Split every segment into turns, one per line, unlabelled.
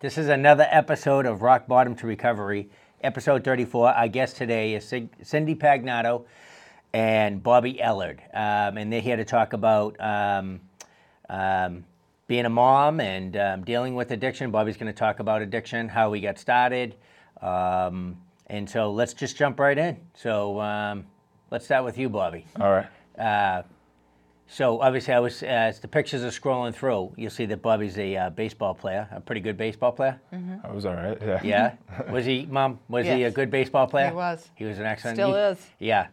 This is another episode of Rock Bottom to Recovery, episode 34. Our guest today is Cin- Cindy Pagnato and Bobby Ellard. Um, and they're here to talk about um, um, being a mom and um, dealing with addiction. Bobby's going to talk about addiction, how we got started. Um, and so let's just jump right in. So um, let's start with you, Bobby.
All right.
So obviously, I was as the pictures are scrolling through, you'll see that Bobby's a uh, baseball player, a pretty good baseball player.
I was all right. Yeah.
Yeah, was he, Mom? Was he a
Yes.
good baseball player?
He was.
He was an excellent.
Still
he-
is.
Yeah,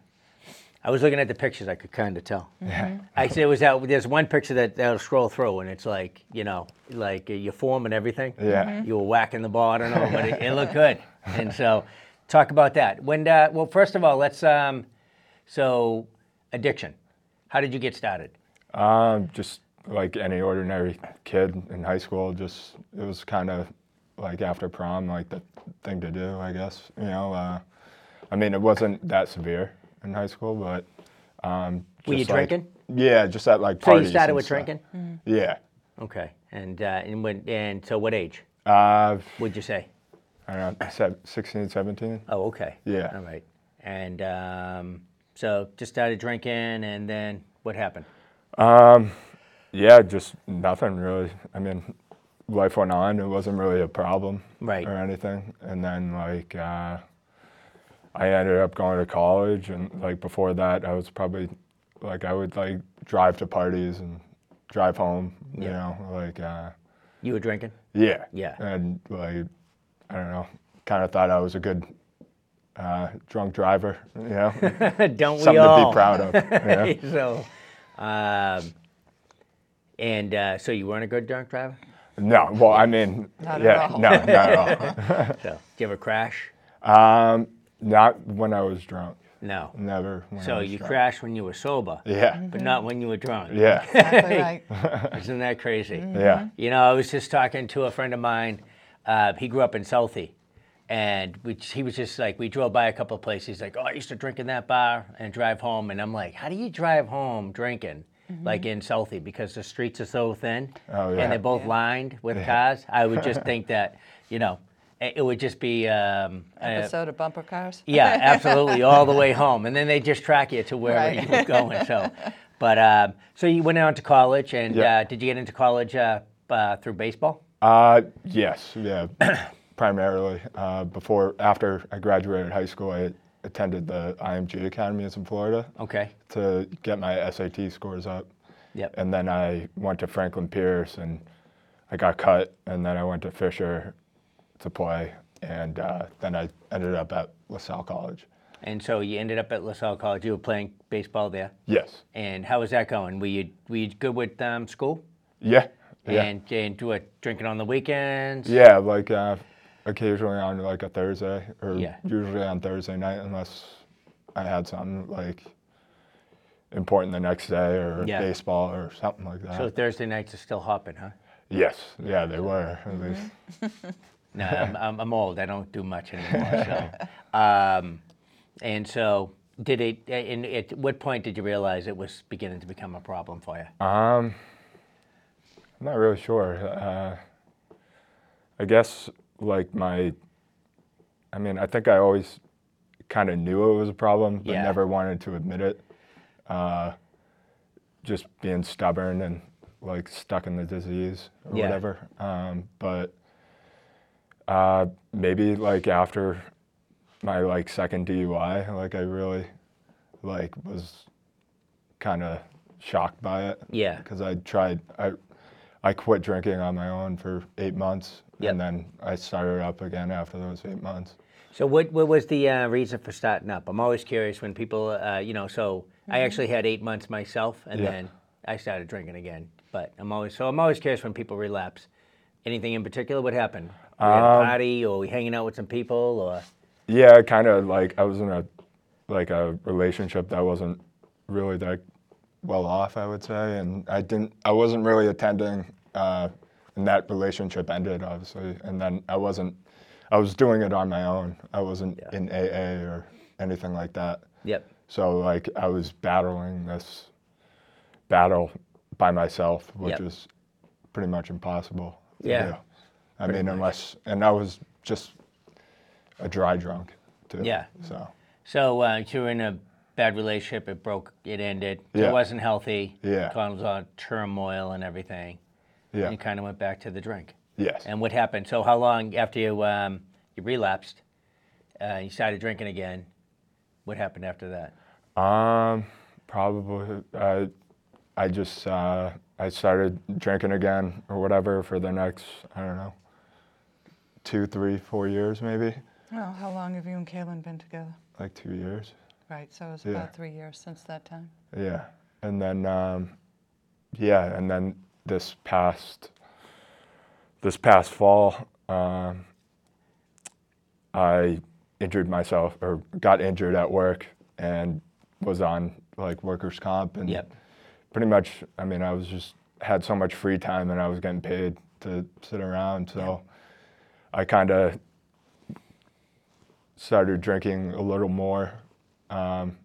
I was looking at the pictures. I could kind of tell.
Mm-hmm.
I said it was out. There's one picture that that'll scroll through, and it's like you know, like uh, your form and everything.
Yeah.
Mm-hmm.
Mhm.
You were whacking the ball. I don't know, but it, it looked good. And so, talk about that. When uh, well, first of all, let's um, so addiction. How did you get started?
Um, just like any ordinary kid in high school, just it was kind of like after prom, like the thing to do, I guess. You know, uh, I mean, it wasn't that severe in high school, but um,
Were you
just, like-
drinking?
Yeah, just at like
So you
parties.
started
and
with
stuff.
drinking?
Yeah.
Mm-hmm.
Okay, and uh, and when and so what age
Uh,
would you say?
I don't know, se- 16, 17.
Oh, okay.
Yeah.
All right. And um, so just started drinking, and then what happened?
Yeah, just nothing really. I mean, life went on. It wasn't really a problem
Right.
or anything. And then like uh, I ended up going to college, and like before that, I was probably like I would like drive to parties and drive home. You
Yeah.
know, like uh,
You were drinking?
yeah,
Yeah.
and like I don't know, kind of thought I was a good uh, drunk driver. You know, something
Don't we all?
to be proud of. Yeah.
so, um, and uh, so you weren't a good drunk driver.
No, well, I mean,
Not at
yeah,
all.
no, not at all.
So did you ever crash?
Um, not when I was drunk.
No.
Never. When I
So
was
you
drunk.
crashed when you were sober,
Yeah.
but not when you were drunk.
Yeah.
Exactly right.
Isn't that crazy?
Yeah.
You know, I was just talking to a friend of mine. Uh, he grew up in Southie, and we, he was just like, we drove by a couple of places. He's like, oh, I used to drink in that bar and drive home. And I'm like, how do you drive home drinking?
Mm-hmm.
Like in Southie, because the streets are so thin,
Oh, yeah.
and they're both lined with cars. I would just think that, you know, it it would just be um, uh,
Episode of bumper cars.
yeah, absolutely, all the way home, and then they just track you to wherever
Right.
you were going. So, but um, so you went on to college, and
Yeah.
uh, did you get into college uh, uh, through baseball?
Uh, yes. Yeah. Primarily. Uh, before, after I graduated high school, I attended the IMG academies in Florida uh,
Okay.
to get my SAT scores up.
Yep.
And then I went to Franklin Pierce and I got cut. And then I went to Fisher to play. And uh, then I ended up at LaSalle College.
And so you ended up at LaSalle College. You were playing baseball there.
Yes.
And how was that going? Were you were you good with um, school?
Yeah. Yeah.
And and do it drinking on the weekends.
Yeah, like uh, occasionally on like a Thursday, or
Yeah.
usually on Thursday night, unless I had something like important the next day, or
Yeah.
baseball, or something like that.
So Thursday nights are still hopping, huh?
yes, yeah, they were
Mm-hmm.
at least.
No, I'm, I'm, I'm old. I don't do much anymore. So, um, and so, did it? And at what point did you realize it was beginning to become a problem for you?
Um, I'm not really sure. Uh, I guess like my, I mean, I think I always kind of knew it was a problem, but
Yeah.
never wanted to admit it. Uh, just being stubborn and like stuck in the disease or
Yeah.
whatever. Um, but uh, maybe like after my like second DUI, like I really like was kind of shocked by it
Yeah.
because I tried I I quit drinking on my own for eight months
Yep.
and then I started up again after those eight months.
So, what what was the uh, reason for starting up? I'm always curious when people, uh, you know. So, I actually had eight months myself, and
Yeah.
then I started drinking again. But I'm always so I'm always curious when people relapse. Anything in particular? What happened? Were you at a party, or were you hanging out with some people, or
Yeah, kind of like I was in a like a relationship that wasn't really that well off, I would say, and I didn't I wasn't really attending, uh, and that relationship ended obviously, and then I wasn't I was doing it on my own. I wasn't
Yeah.
in AA or anything like that.
yep,
So like I was battling this battle by myself, which
Yep.
is pretty much impossible. to
Yeah.
do. I mean, unless, and I was just a dry drunk, too.
Yeah.
So,
So uh, you were in a bad relationship. It broke. It ended.
Yeah.
It wasn't healthy.
Yeah.
Caused on turmoil and everything.
yeah.
You kind of went back to the drink.
yes.
And what happened? So how long after you um, you relapsed, uh, you started drinking again? What happened after that?
Um, probably. I, I just uh, I started drinking again or whatever for the next I don't know, two, three, four years maybe,
Well, how long have you and Kaylin been together?
like two years.
Right, so it's
Yeah.
about three years since that time.
Yeah, and then um, yeah, and then this past this past fall, um, I injured myself or got injured at work and was on like workers' comp and
Yep.
pretty much. I mean, I was just had so much free time and I was getting paid to sit around, so I kind of started drinking a little more um,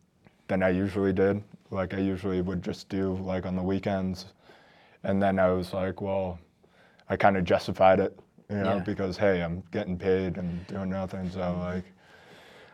than I usually did. Like I usually would just do like on the weekends, and then I was like, well, I kind of justified it, you know,
Yeah. Mm-hmm.
because hey, I'm getting paid and doing nothing, so like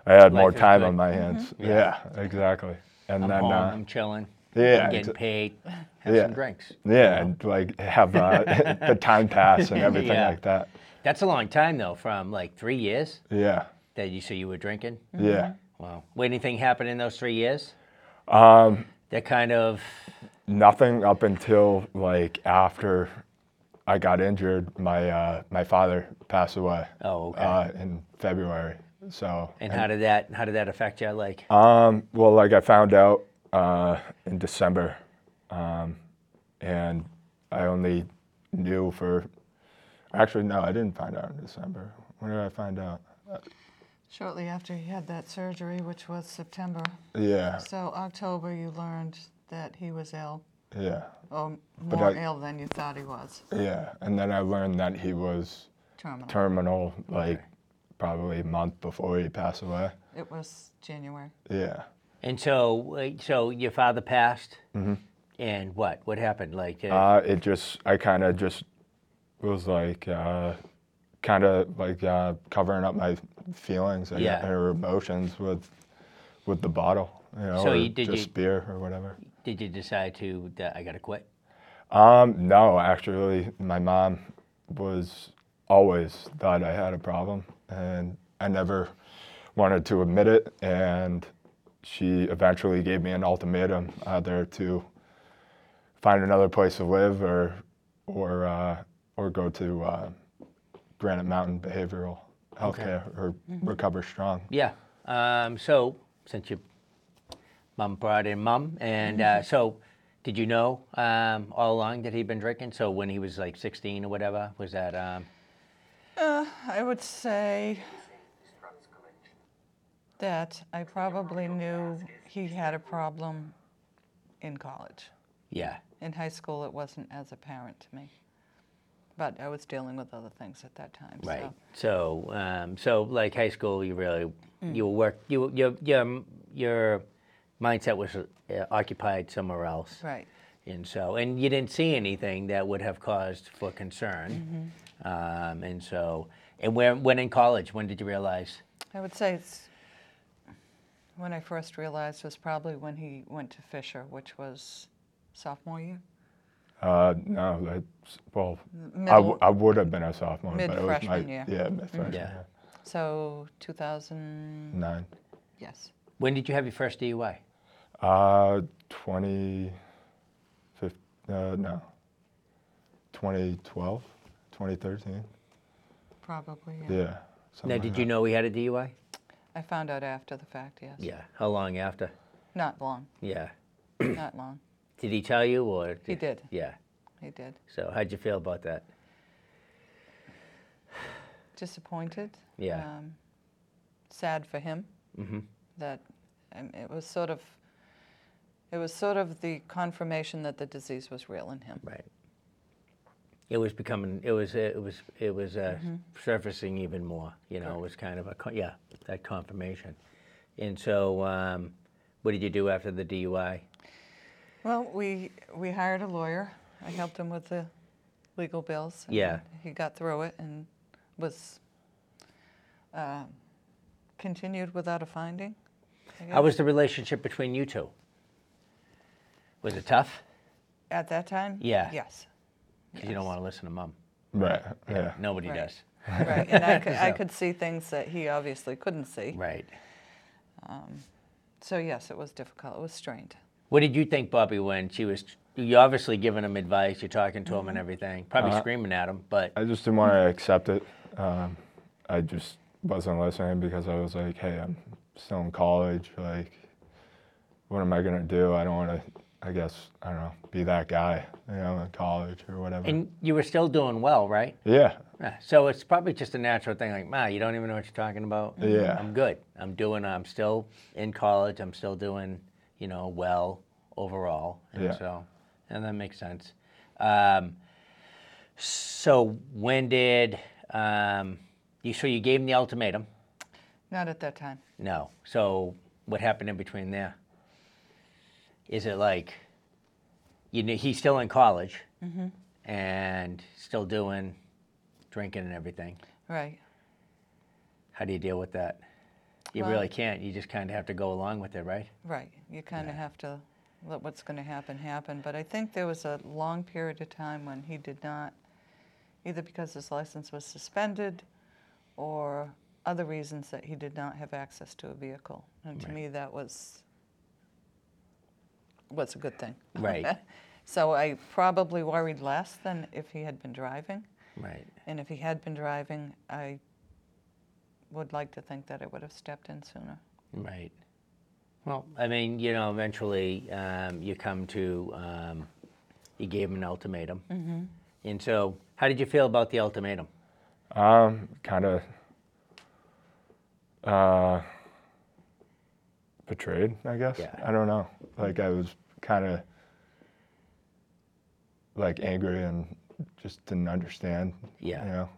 I had more
Life is
time
good. Mm-hmm.
on my hands. Yeah. exactly. And
I'm
then
home.
uh,
I'm chilling.
yeah,
I'm getting
exa-
paid. Have
Yeah.
some drinks.
yeah, and like have uh, the time pass and everything
Yeah.
like that.
That's a long time though. From like three years
Yeah,
that you say you were drinking.
yeah.
Wow. Well, anything happened in those three years? Um. That kind of.
nothing up until like after I got injured. My uh, my father passed away.
Oh, okay.
Uh, in February. So
And Uh, how did that? How did that affect you? Like.
um, well, like I found out uh, in December, um, and I only knew for actually no, I didn't find out in December. When did I find out?
Shortly after he had that surgery, which was September,
Yeah,
so October you learned that he was ill,
yeah,
or more
I-
ill than you thought he was.
yeah. And then I learned that he was
Terminal.
terminal, like probably a month before he passed away.
it was January.
Yeah.
And so, uh, so your father passed. And what? What happened? Like. Mm-hmm. Uh,
Uh, it just, I kind of just was like, uh, kind of like uh, covering up my feelings and,
Yeah.
or emotions with, with the bottle, you know,
So
or
you- did you-
just beer or whatever.
did you decide to? that I gotta quit.
Um, no, actually, my mom was always thought I had a problem, and I never wanted to admit it. And she eventually gave me an ultimatum either to find another place to live or or uh, or go to uh, Granite Mountain Behavioral Healthcare or
Mm-hmm.
Recover Strong.
Yeah. Um, so since your mum brought in mum, and uh, so did you know um, all along that he'd been drinking? So when he was like 16 or whatever, was that? Um,
I would say that I probably knew he had a problem in college.
yeah.
In high school, it wasn't as apparent to me. But I was dealing with other things at that time.
Right.
So
So um, so like high school, you really you were work you your your your mindset was uh, occupied somewhere else.
Right.
And so, and you didn't see anything that would have caused for concern.
Mm-hmm.
Um, and so, and when, when in college, when did you realize?
I would say it's when I first realized was probably when he went to Fisher, which was sophomore year,
Uh, no, that's, well, I,
middle-
w- I would have been a sophomore, but it was my
Mid-freshman year. Mm-hmm.
yeah, mid freshman
Yeah.
year.
so 2000.
nine.
Yes.
When did you have your first DUI?
Uh, 20, fif- uh, no, 2012, 2013.
Probably. Yeah.
Yeah. something
Now,
like
did
that.
you know he had a DUI?
I found out after the fact. Yes.
Yeah. How long after?
Not long.
Yeah.
not long.
Did he tell you or?
He did.
Yeah.
He did.
So, how'd you feel about that?
disappointed.
Yeah. Mm-hmm.
Um, sad for him. That um, it was sort of. It was sort of the confirmation that the disease was real in him.
Right. It was becoming. It was. It was. It was uh,
Mm-hmm.
surfacing even more. You know, it was kind of a co- yeah that confirmation. And so, um, what did you do after the DUI?
Well, we we hired a lawyer. I helped him with the legal bills. and
Yeah.
He got through it and was uh, continued without a finding.
How was the relationship between you two? Was it tough?
At that time?
Yeah.
Yes.
'Cause you don't want to listen to mom.
Right. Yeah.
Nobody
Right.
does.
Right. And I could, I could see things that he obviously couldn't see.
Right.
So, yes, it was difficult. It was strained.
What did you think, Bobby, when she was? You obviously giving him advice. You're talking to
Mm-hmm.
him and everything. Probably
Uh-huh.
screaming at him, but
I just didn't want to accept it. Um, I just wasn't listening because I was like, hey, I'm still in college. Like, what am I going to do? I don't want to, I guess, I don't know, be that guy, you know, in college or whatever.
and you were still doing well, right?
yeah.
Yeah, So it's probably just a natural thing, like, ma, you don't even know what you're talking about.
Yeah.
I'm good. I'm doing. I'm still in college. I'm still doing, you know, well overall. And
Yeah.
So, and that makes sense. Um, so when did um, you? So you gave him the ultimatum.
Not at that time.
No. So what happened in between there? Is it like you know he's still in college
Mm-hmm.
and still doing drinking and everything?
Right.
How do you deal with that? You
Well-
really can't. You just kind of have to go along with it, right?
Right. You kind of have to let what's going to happen happen. But I think there was a long period of time when he did not, either because his license was suspended or other reasons that he did not have access to a vehicle. And to me, that was what's a good thing.
Right.
so I probably worried less than if he had been driving.
Right.
And if he had been driving, I would like to think that I would have stepped in sooner.
Right. Well, I mean, you know, eventually um, you come to, um, you gave him an ultimatum. Mm-hmm. And so, how did you feel about the ultimatum?
Um, kind of uh, betrayed, I guess.
Yeah.
I don't know. Like I was kind of like angry and just didn't understand.
Yeah.
You know,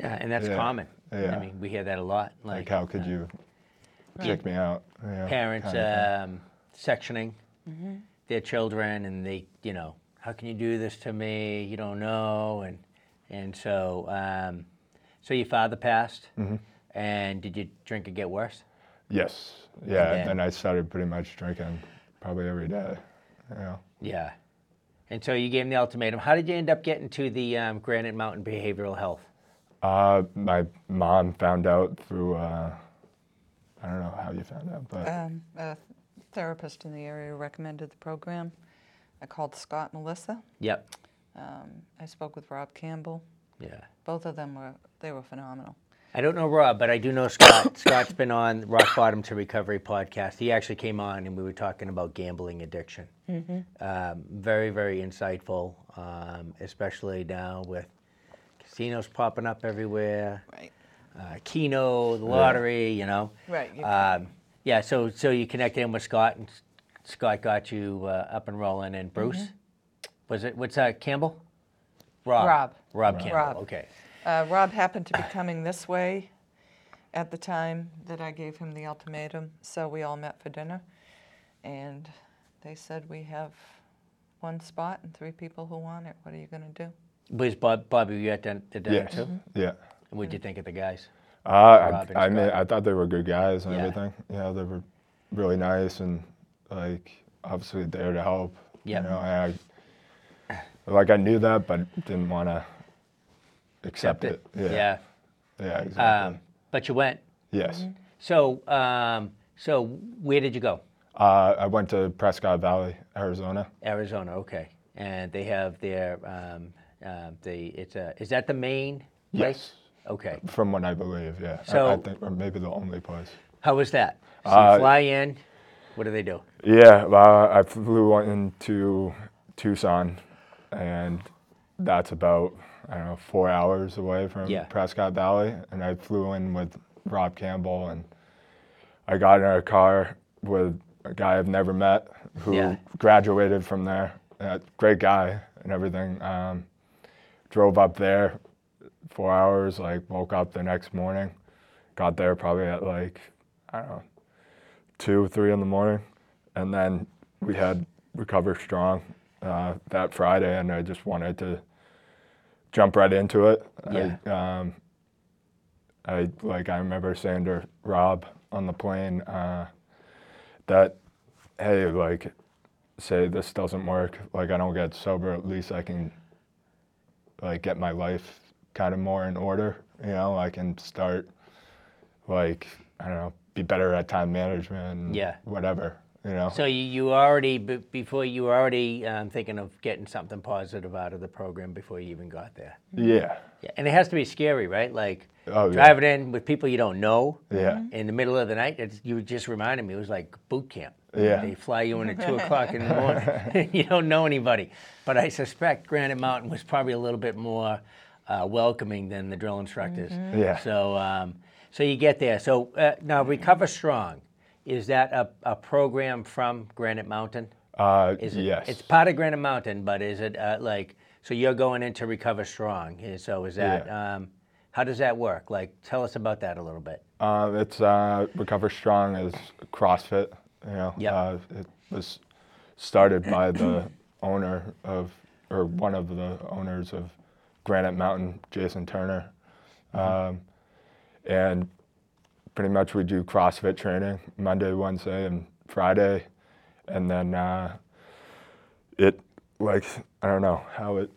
Yeah, and that's
Yeah.
common. I
Yeah.
mean, we hear that a lot.
like,
Like, uh,
how could you kick me out? You know,
parents
kind of thing.
um, sectioning their children, and they, you know, how can you do this to me? You don't know, and and so, um, so your father passed, and did your drinking get worse?
yes. Yeah.
then-
And then I started pretty much drinking probably every day. You know.
Yeah, and so you gave him the ultimatum. How did you end up getting to the um, Granite Mountain Behavioral Health?
Uh, my mom found out through. Uh, I don't know how you found out, but
Uh,
Um, a therapist in the area recommended the program. I called Scott Melissa.
Yep.
Um, I spoke with Rob Campbell.
Yeah.
Both of them were they were phenomenal.
I don't know Rob, but I do know Scott. Scott's been on the Rock Bottom to Recovery podcast. He actually came on and we were talking about gambling addiction.
Mm-hmm.
Um, very, very insightful, um, especially now with casinos popping up everywhere,
Right.
uh, Keno, the lottery, you know.
Right, you
Um, yeah, so, so you connected in with Scott and S- Scott got you uh, up and rolling. And Bruce, was it, what's that, Campbell? Rob.
Mm-hmm. Rob.
Rob Campbell,
Rob.
okay.
Uh, Rob happened to be coming this way at the time that I gave him the ultimatum, so we all met for dinner, and they said we have one spot and three people who want it. What are you going to do?
Was Bob, Bobby, you at the the dinner
yeah,
too?
Mm-hmm.
yeah.
And What'd you think of the guys?
Uh,
Robin
I, I mean, I thought they were good guys and
Yeah.
everything. Yeah, they were really nice and like obviously there to help.
Yep.
You know, and I, like I knew that, but didn't want to accept it. Yeah.
Yeah.
Yeah.
Um,
exactly.
But you went.
yes.
So, um, so where did you go?
Uh, I went to Prescott Valley, Arizona.
Arizona. Okay. And they have their um, uh, the it's a is that the main place? Okay.
From what I believe, yeah. I- I,
So-
think, or maybe the only place.
How was that? So you
Uh,
fly in. What do they do?
Yeah, uh, I flew into Tucson, and that's about I don't know four hours away from
Yeah.
Prescott Valley. And I flew in with Rob Campbell, and I got in a car with a guy I've never met who
Yeah.
graduated from there. Uh, great guy and everything. Um, drove up there four hours. Like woke up the next morning, got there probably at like I don't know two, three in the morning, and then we had recover strong uh, that Friday, and I just wanted to jump right into it.
Yeah.
I, um, I like I remember saying to Rob on the plane uh, that, hey, like, say this doesn't work. Like I don't get sober. At least I can, like, get my life kind of more in order. You know, I can start, like, I don't know, be better at time management. and
Yeah.
Whatever. You know.
So you, you already b- before you were already um, thinking of getting something positive out of the program before you even got there.
yeah.
Yeah, and it has to be scary, right? Like
Oh, yeah.
driving in with people you don't know.
Yeah.
In the middle of the night, it's, you just reminded me it was like boot camp.
Yeah.
They fly you in at two o'clock in the morning. you don't know anybody, but I suspect Granite Mountain was probably a little bit more uh, welcoming than the drill instructors.
Mm-hmm. Yeah.
So, um, so you get there. So uh, now, Recover Strong, is that a, a program from Granite Mountain?
Uh,
Is it,
yes.
It's part of Granite Mountain, but is it uh, like so? You're going in to recover strong. eh, So is that um, how does that work? Like, tell us about that a little bit.
Uh, it's uh, Recover Strong is CrossFit. You know,
Yep.
uh, it was started by the owner of, or one of the owners of Granite Mountain, Jason Turner, um, and pretty much we do CrossFit training Monday, Wednesday, and Friday, and then uh, it like I don't know how it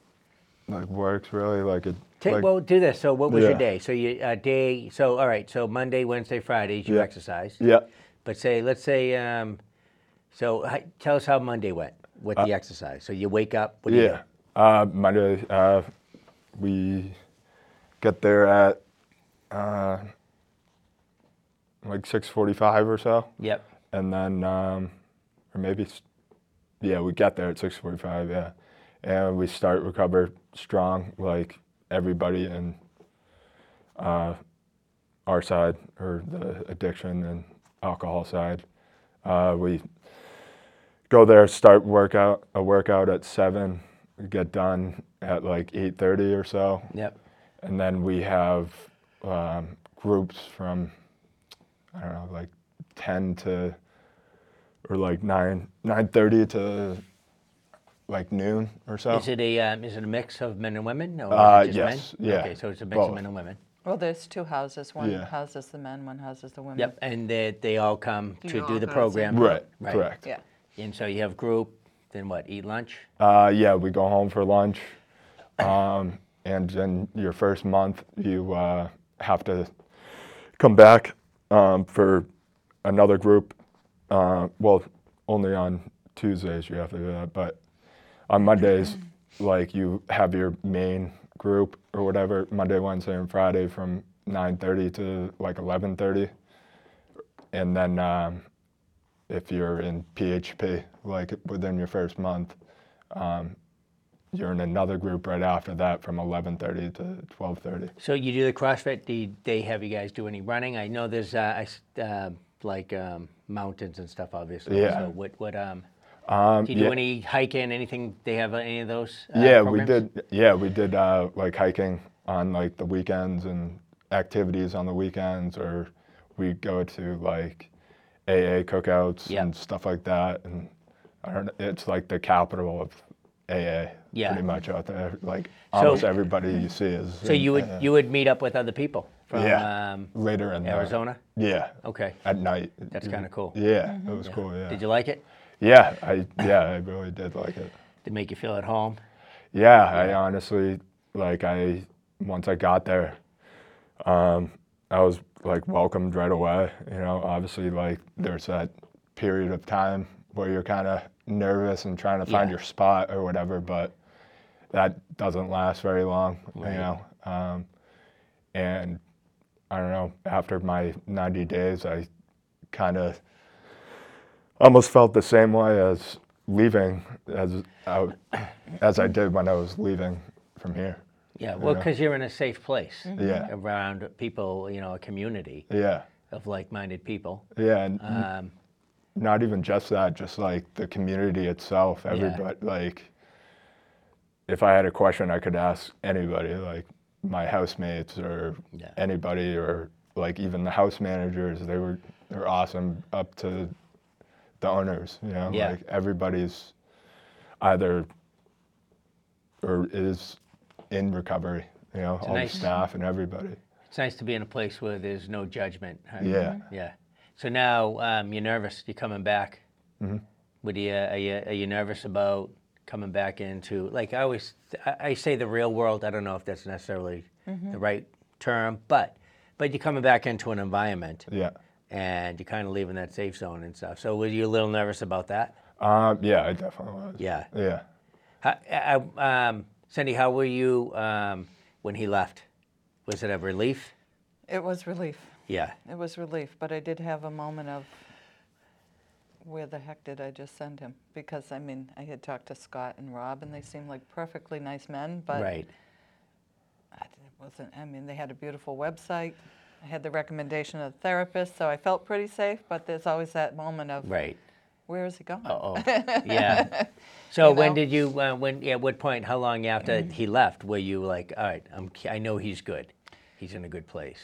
like works really like it.
Take,
like,
well, do this. So, what was your
Yeah.
day? So, you uh, day. So, all right. So Monday, Wednesday, Fridays, you
Yeah.
exercise.
yeah.
But say, let's say, um, so hi- tell us how Monday went with the exercise. So you wake up. What do You do?
Uh, Yeah. Uh, Monday, uh, we get there at uh, like 6:45 or so,
Yep.
and then, um, or maybe, s- yeah, we get there at 6:45. Yeah, and we start recover strong, like everybody in uh, our side or the addiction and alcohol side. Uh, we go there, start workout a workout at seven, get done at like eight thirty or so,
Yep.
and then we have um, groups from I don't know like ten to or like nine nine thirty to like noon or so.
Is it a um, is it a mix of men and women? Or is it
Uh,
just men?
yes, yeah,
Okay. So it's a mix of
both.
men and women.
Well, there's two houses. One
Yeah.
houses the men, one houses the women.
Yep. And they, they all come
You
to
all
do the
go to the
program.
same
right,
Right.
correct.
Yeah.
And so you have group, then what? Eat lunch?
Uh, yeah, we go home for lunch. Um, and then your first month, you uh, have to come back um, for another group. Uh, well, only on Tuesdays you have to do that, but on Mondays, like you have your main group or whatever, Monday, Wednesday, and Friday from 9:30 to like 11:30, and then um, if you're in PHP, like within your first month, you're in another group right after that from 11:30 to 12:30.
So you do the CrossFit. Do you- they have you guys do any running? I know there's uh, I s- uh, like um, mountains and stuff, obviously.
Yeah.
So what what um,
Um,
do you do
yeah,
any hiking? Anything? They have uh, any of those? Uh,
yeah, we
programs?
did. Yeah, we did uh, like hiking on like the weekends and activities on the weekends, or we go to like AA cookouts
Yeah.
and stuff like that. And I don't. It's like the capital of AA,
Yeah.
pretty much out there. Like almost everybody you see is.
So you would you would meet up with other people from
Yeah.
um,
later in the-
Arizona.
yeah.
Okay,
At night.
that's kind of cool. Mm-hmm.
Yeah, it was cool. Yeah.
Did you like it?
Yeah, I yeah, I really did like it.
Did it make you feel at home?
Yeah, I honestly like I once I got there, um, I was like welcomed right away. You know, obviously like there's that period of time where you're kind of nervous and trying to find
Yeah.
your spot or whatever, but that doesn't last very long. You know, um, and I don't know. After my 90 days, I kind of almost felt the same way as leaving as I, as I did when I was leaving from here.
Yeah. Well,
Yeah.
because you're in a safe place.
Yeah.
Around people, you know, a community
Yeah,
of like-minded people.
yeah, and n-
Um,
not even just that, just like the community itself. Everybody, like, if I had a question, I could ask anybody, like my housemates or
Yeah.
anybody, or like even the house managers. They were they're awesome, up to the owners. You know,
Yeah.
like everybody's either or is in recovery. You know, all
nice-
the staff and everybody.
It's nice to be in a place where there's no judgment. huh?
Yeah.
Yeah. So now um, you're nervous. You're coming back. What do you, are you are you nervous about coming back into like I always I, I say the real world. I don't know if that's necessarily the right term, but but you're coming back into an environment
Yeah.
and you're kind of leaving that safe zone and stuff. So were you a little nervous about that?
Um, yeah, I definitely was.
Yeah.
Yeah.
How, I, I- um, Cindy, how were you um, when he left? Was it a relief?
It was relief.
Yeah.
It was relief, but I did have a moment of where the heck did I just send him? Because I mean, I had talked to Scott and Rob, and they seemed like perfectly nice men, but
right.
I d- it wasn't. I mean, they had a beautiful website. I had the recommendation of the therapist, so I felt pretty safe. But there's always that moment of
Right.
where is he going?
Oh, yeah. So when
know? Mm-hmm.
did you? Uh, when? At what point? How long after he left were you like, all right, I'm, k- I know he's good. He's in a good place.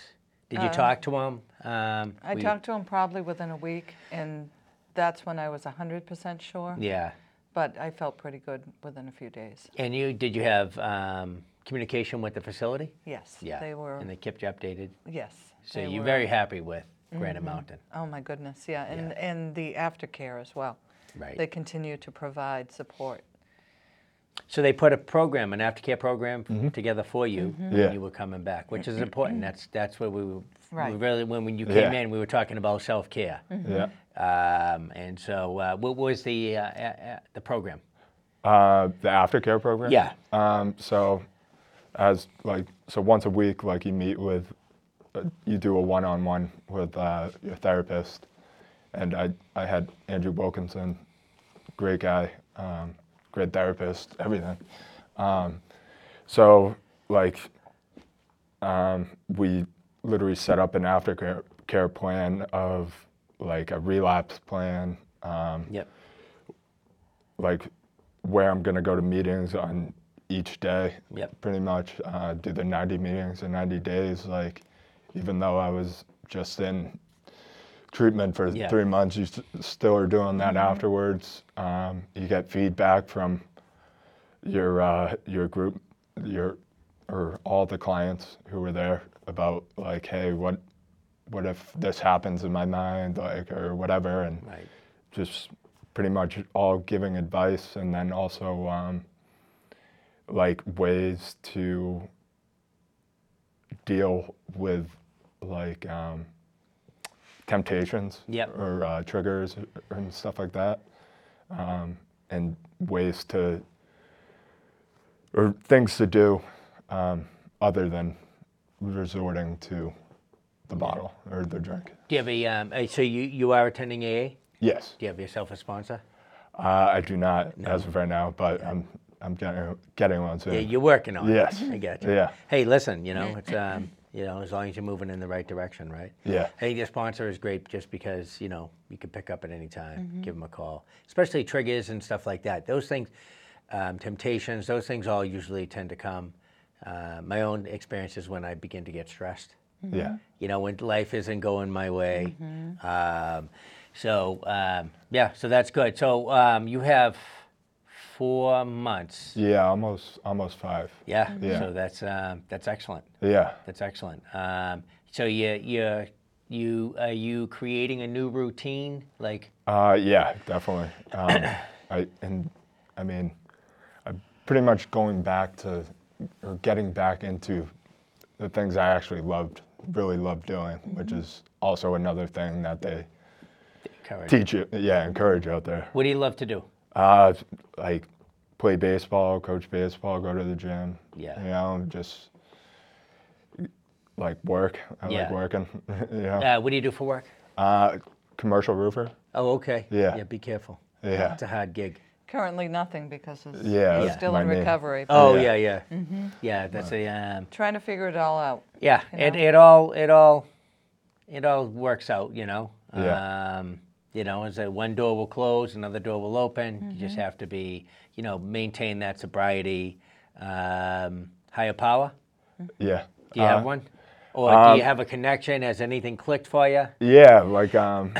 Did you talk to him? Um,
Uh, I
were you-
talked to him probably within a week, and that's when I was 100% sure.
Yeah.
But I felt pretty good within a few days.
And you? Did you have um, communication with the facility?
Yes,
Yeah.
they were.
And they kept you updated.
yes.
So
they
you're
were-
very happy with Granite Mountain,
Oh my goodness, yeah, and and the aftercare as well.
right?
They continue to provide support.
so they put a program, an aftercare program, together for you
Mm-hmm.
when
Mm-hmm. Yeah.
you were coming back, which is important. That's that's where we were. We
Right.
really, when, when you came
Yeah.
in, we were talking about self care.
Yeah.
Um, and so, uh, what was the uh, uh, uh, the program?
Uh, the aftercare program.
Yeah.
Um, so, as like so once a week, like you meet with, uh, you do a one-on-one with uh, your therapist, and I I had Andrew Wilkinson, great guy, um, great therapist, everything. Um, so like, um, we literally set up an aftercare care plan of like a relapse plan. Um,
Yep.
like where I'm gonna go to meetings on each day.
Yep.
Pretty much uh, do the 90 meetings in 90 days. Like, even though I was just in treatment for
Yeah. Mm-hmm.
three months, you s still are doing that afterwards. Um, you get feedback from your uh, your group, your or all the clients who were there about like, hey, what what if this happens in my mind, like or whatever, and
Right.
just pretty much all giving advice and then also um, like ways to deal with like um, temptations
Yep.
or uh, triggers and stuff like that um, and ways to or things to do um, other than resorting to the bottle or the drink
Do you have a? Um, uh, so you you are attending AA.
yes
Do you have yourself a sponsor?
Uh, I do not as of right now, but I'm I'm getting getting one soon.
Yeah, you're working on
Yes.
it. I got you.
Yeah.
Hey, listen, you know, it's um, you know, as long as you're moving in the right direction, right?
Yeah.
I think the sponsor is great just because you know you can pick up at any time, give them a call, especially triggers and stuff like that. Those things, um, temptations, those things all usually tend to come. Uh, my own experience is when I begin to get stressed.
yeah,
you know, when life isn't going my way. Um, so um, yeah, so that's good. So um, you have four months.
yeah, almost almost five.
Yeah.
Yeah.
So that's um, that's excellent.
Yeah,
That's excellent. Um, so you you you are you creating a new routine? Like
uh, yeah, definitely. Um, I and I mean, I'm pretty much going back to or getting back into the things I actually loved, really loved doing, which is also another thing that they
courage.
teach you, yeah, encourage out there.
What do you love to do?
Uh, like play baseball, coach baseball, go to the gym.
Yeah.
You know, just like work. I like
Yeah.
working. you know.
Uh, what do you do for work?
Uh, commercial roofer.
Oh, okay.
Yeah.
Yeah. Be careful.
Yeah.
It's a hard gig.
Currently, nothing because it's
Yeah,
he's
that's
still
my
in
name.
recovery. but
Oh yeah
Yeah.
yeah. Yeah. That's a um,
Trying to figure it all out.
Yeah,
you
it,
know?
it all it all it all works out, you know.
Yeah.
Um, you know, as that one door will close, another door will open. You
Mm-hmm.
just have to be, you know, maintain that sobriety. Um, higher power.
Yeah.
Do you
Uh,
have one, or
Um,
do you have a connection? Has anything clicked for you?
Yeah, like um,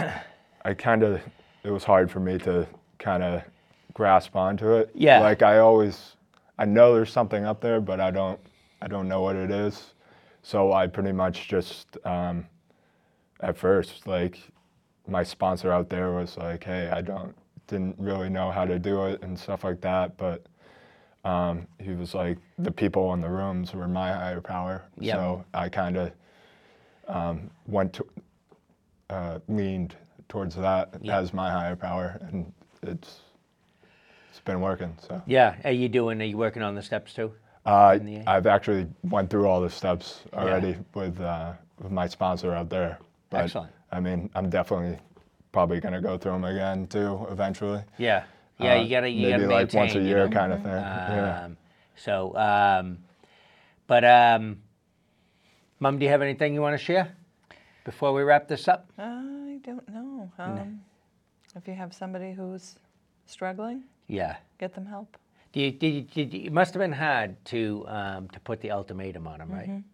I kind of it was hard for me to kind of grasp onto it.
Yeah.
Like I always I know there's something up there, but I don't I don't know what it is. So I pretty much just um, at first like my sponsor out there was like, hey, I don't didn't really know how to do it and stuff like that, but um, he was like the people in the rooms were my higher power,
Yep.
so I kind of um, went to uh, leaned towards that
Yeah.
as my higher power, and it's it's been working. So
Yeah. Are you doing? Are you working on the steps too?
uh,
the end.
I've actually went through all the steps already with uh, with my sponsor out there. But,
Excellent.
I mean, I'm definitely probably gonna go through them again too eventually.
Yeah. Yeah.
Uh,
you gotta. You
maybe
gotta maintain.
like once a
you
year
know?
kind of thing. yeah.
Um, So, um, but um, Mum, do you have anything you want to share before we wrap this up?
I don't know. Um, If you have somebody who's struggling,
Yeah.
get them help.
Do you, did you, did you, it must have been hard to um, to put the ultimatum on him, right?
Mm-hmm.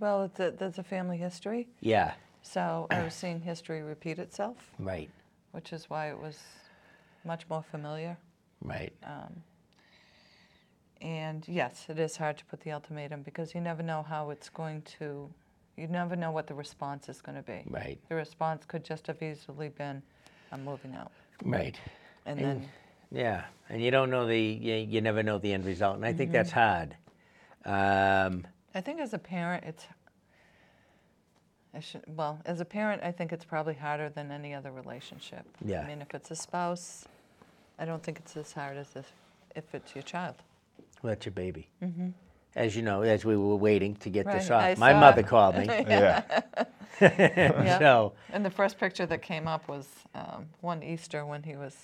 Well, it's a, that's a family history,
Yeah.
so I was seeing history repeat itself,
Right.
which is why it was much more familiar.
Right.
And yes, it is hard to put the ultimatum because you never know how it's going to, you never know what the response is going to be.
Right.
The response could just have easily been, I'm moving out.
Right.
And then,
Yeah, and you don't know the you, you never know the end result, and I think that's
Mm-hmm.
hard. Um,
I think as a parent, it's, I should, well, as a parent, I think it's probably harder than any other relationship.
Yeah.
I mean, if it's a spouse, I don't think it's as hard as if, if it's your child.
well, that's your baby. As you know, as we were waiting to get this
Mm-hmm. Right,
off,
I
my
saw
mother
it.
called me.
yeah.
Yeah.
So,
And the first picture that came up was um, one Easter when he was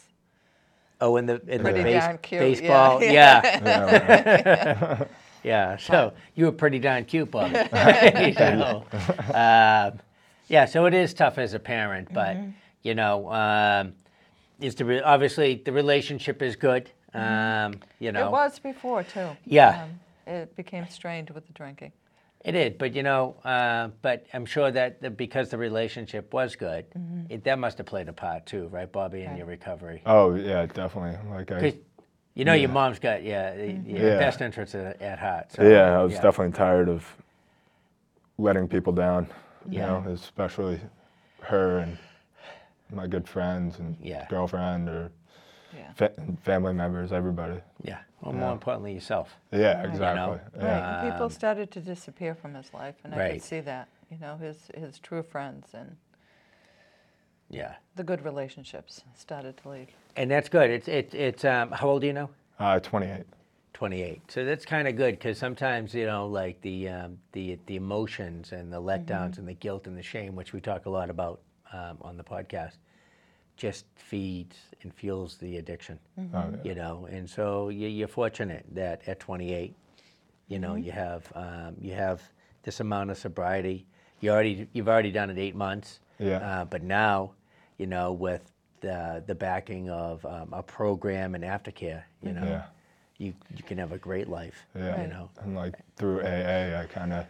oh, in the in the
Pretty
base,
darn cute, yeah,
baseball,
yeah.
yeah,
Yeah, right.
yeah. So you were pretty darn cute, Bobby. so, um, yeah, so it is tough as a parent, but
Mm-hmm.
you know, um, is the re- obviously the relationship is good. Um, you know,
Mm-hmm. It was before too.
Yeah.
Um, it became strained with the drinking.
It did, but you know, uh, but I'm sure that the, because the relationship was good,
Mm-hmm.
it, that must have played a part too, right, Bobby, in your recovery.
Oh yeah, definitely. Like I,
'Cause you know, your mom's got yeah, the your
Yeah.
best interests at, at heart. So,
yeah, I was definitely tired of letting people down. You
Yeah.
know, especially her and my good friends and
Yeah.
girlfriend or
Yeah.
fa- family members, everybody.
yeah. Well, more importantly, yourself.
Yeah,
know?
exactly. Yeah.
Right. and people started to disappear from his life, and I
Right.
could see that. You know, his his true friends and
Yeah,
the good relationships started to leave.
and that's good. It's it's it's. Um, how old are you now?
Uh, 28.
28. So that's kind of good because sometimes you know, like the um, the the emotions and the letdowns and the guilt and the shame, which we talk a lot about um, on the podcast, just feeds and fuels the addiction.
Oh, yeah.
You know, and so you, you're fortunate that at 28, you know, you have um, you have this amount of sobriety. You already you've already done it eight months.
Yeah.
Uh, but now, you know, with the the backing of um, a program and aftercare, you know,
Mm-hmm. Yeah.
you you can have a great life.
Yeah.
You know.
And like through AA, I kind of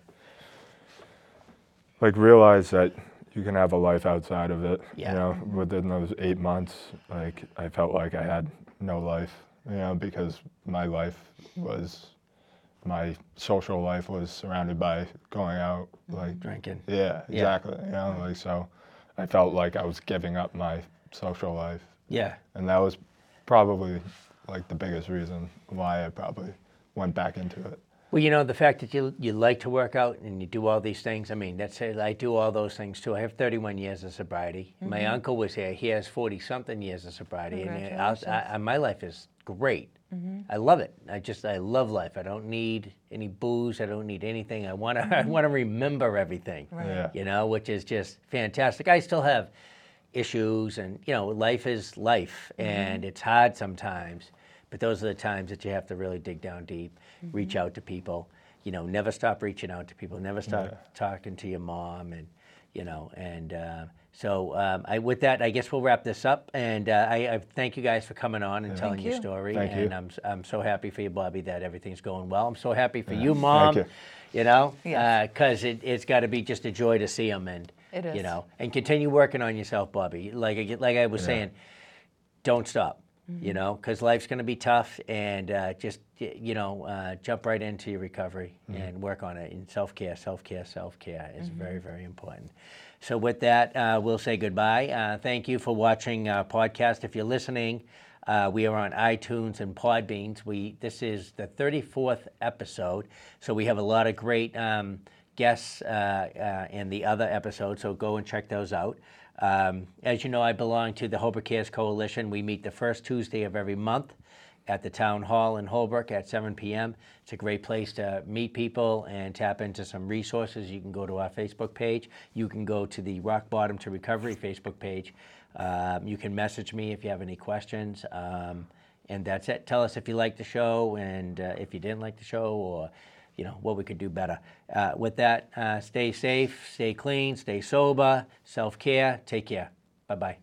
like realized that you can have a life outside of it.
Yeah.
You know, within those eight months, like I felt like I had no life, you know, because my life was, my social life was surrounded by going out, like,
Drinking.
yeah, exactly. You know, like, so I felt like I was giving up my social life.
Yeah.
And that was probably like the biggest reason why I probably went back into it.
Well, you know, the fact that you you like to work out and you do all these things. I mean, that's it. I do all those things too. I have 31 years of sobriety. My
Mm-hmm.
uncle was here. He has 40 something years of sobriety, and uh, I, I, I, my life is great.
Mm-hmm.
I love it. I just I love life. I don't need any booze. I don't need anything. I want to I want to remember everything.
Yeah.
You know, which is just fantastic. I still have issues, and you know, life is life,
Mm-hmm.
and it's hard sometimes. But those are the times that you have to really dig down deep, reach
Mm-hmm.
out to people. You know, never stop reaching out to people. Never stop talking to your mom, and you know, and uh, so um, I, with that, I guess we'll wrap this up. And uh, I, I thank you guys for coming on and telling
Thank
your
you.
story.
Thank
and
you.
I'm s- I'm so happy for you, Bobby, that everything's going well. I'm so happy for you,
Thank
mom.
you.
You know,
Yes.
because it, it's got to be just a joy to see them and
It
you
is.
know and continue working on yourself, Bobby. Like I, like I was saying, don't stop.
Mm-hmm.
you know, because life's going to be tough, and uh, just y- you know, uh, jump right into your recovery and work on it. And self care, self care, self care is very,
Mm-hmm.
very important. So with that, uh, we'll say goodbye. Uh, thank you for watching our podcast. If you're listening, uh, we are on iTunes and Podbeans. We this is the 34th episode, so we have a lot of great. Um, guests uh, uh, in the other episode, so go and check those out. Um, as you know, I belong to the Holbrook Cares Coalition. We meet the first Tuesday of every month at the Town Hall in Holbrook at 7 p.m. It's a great place to meet people and tap into some resources. You can go to our Facebook page. You can go to the Rock Bottom to Recovery Facebook page. Um, you can message me if you have any questions. Um, and that's it. Tell us if you liked the show and uh, if you didn't like the show or you know what we could do better. Uh, with that, uh, stay safe, stay clean, stay sober, self care. Take care. Bye bye.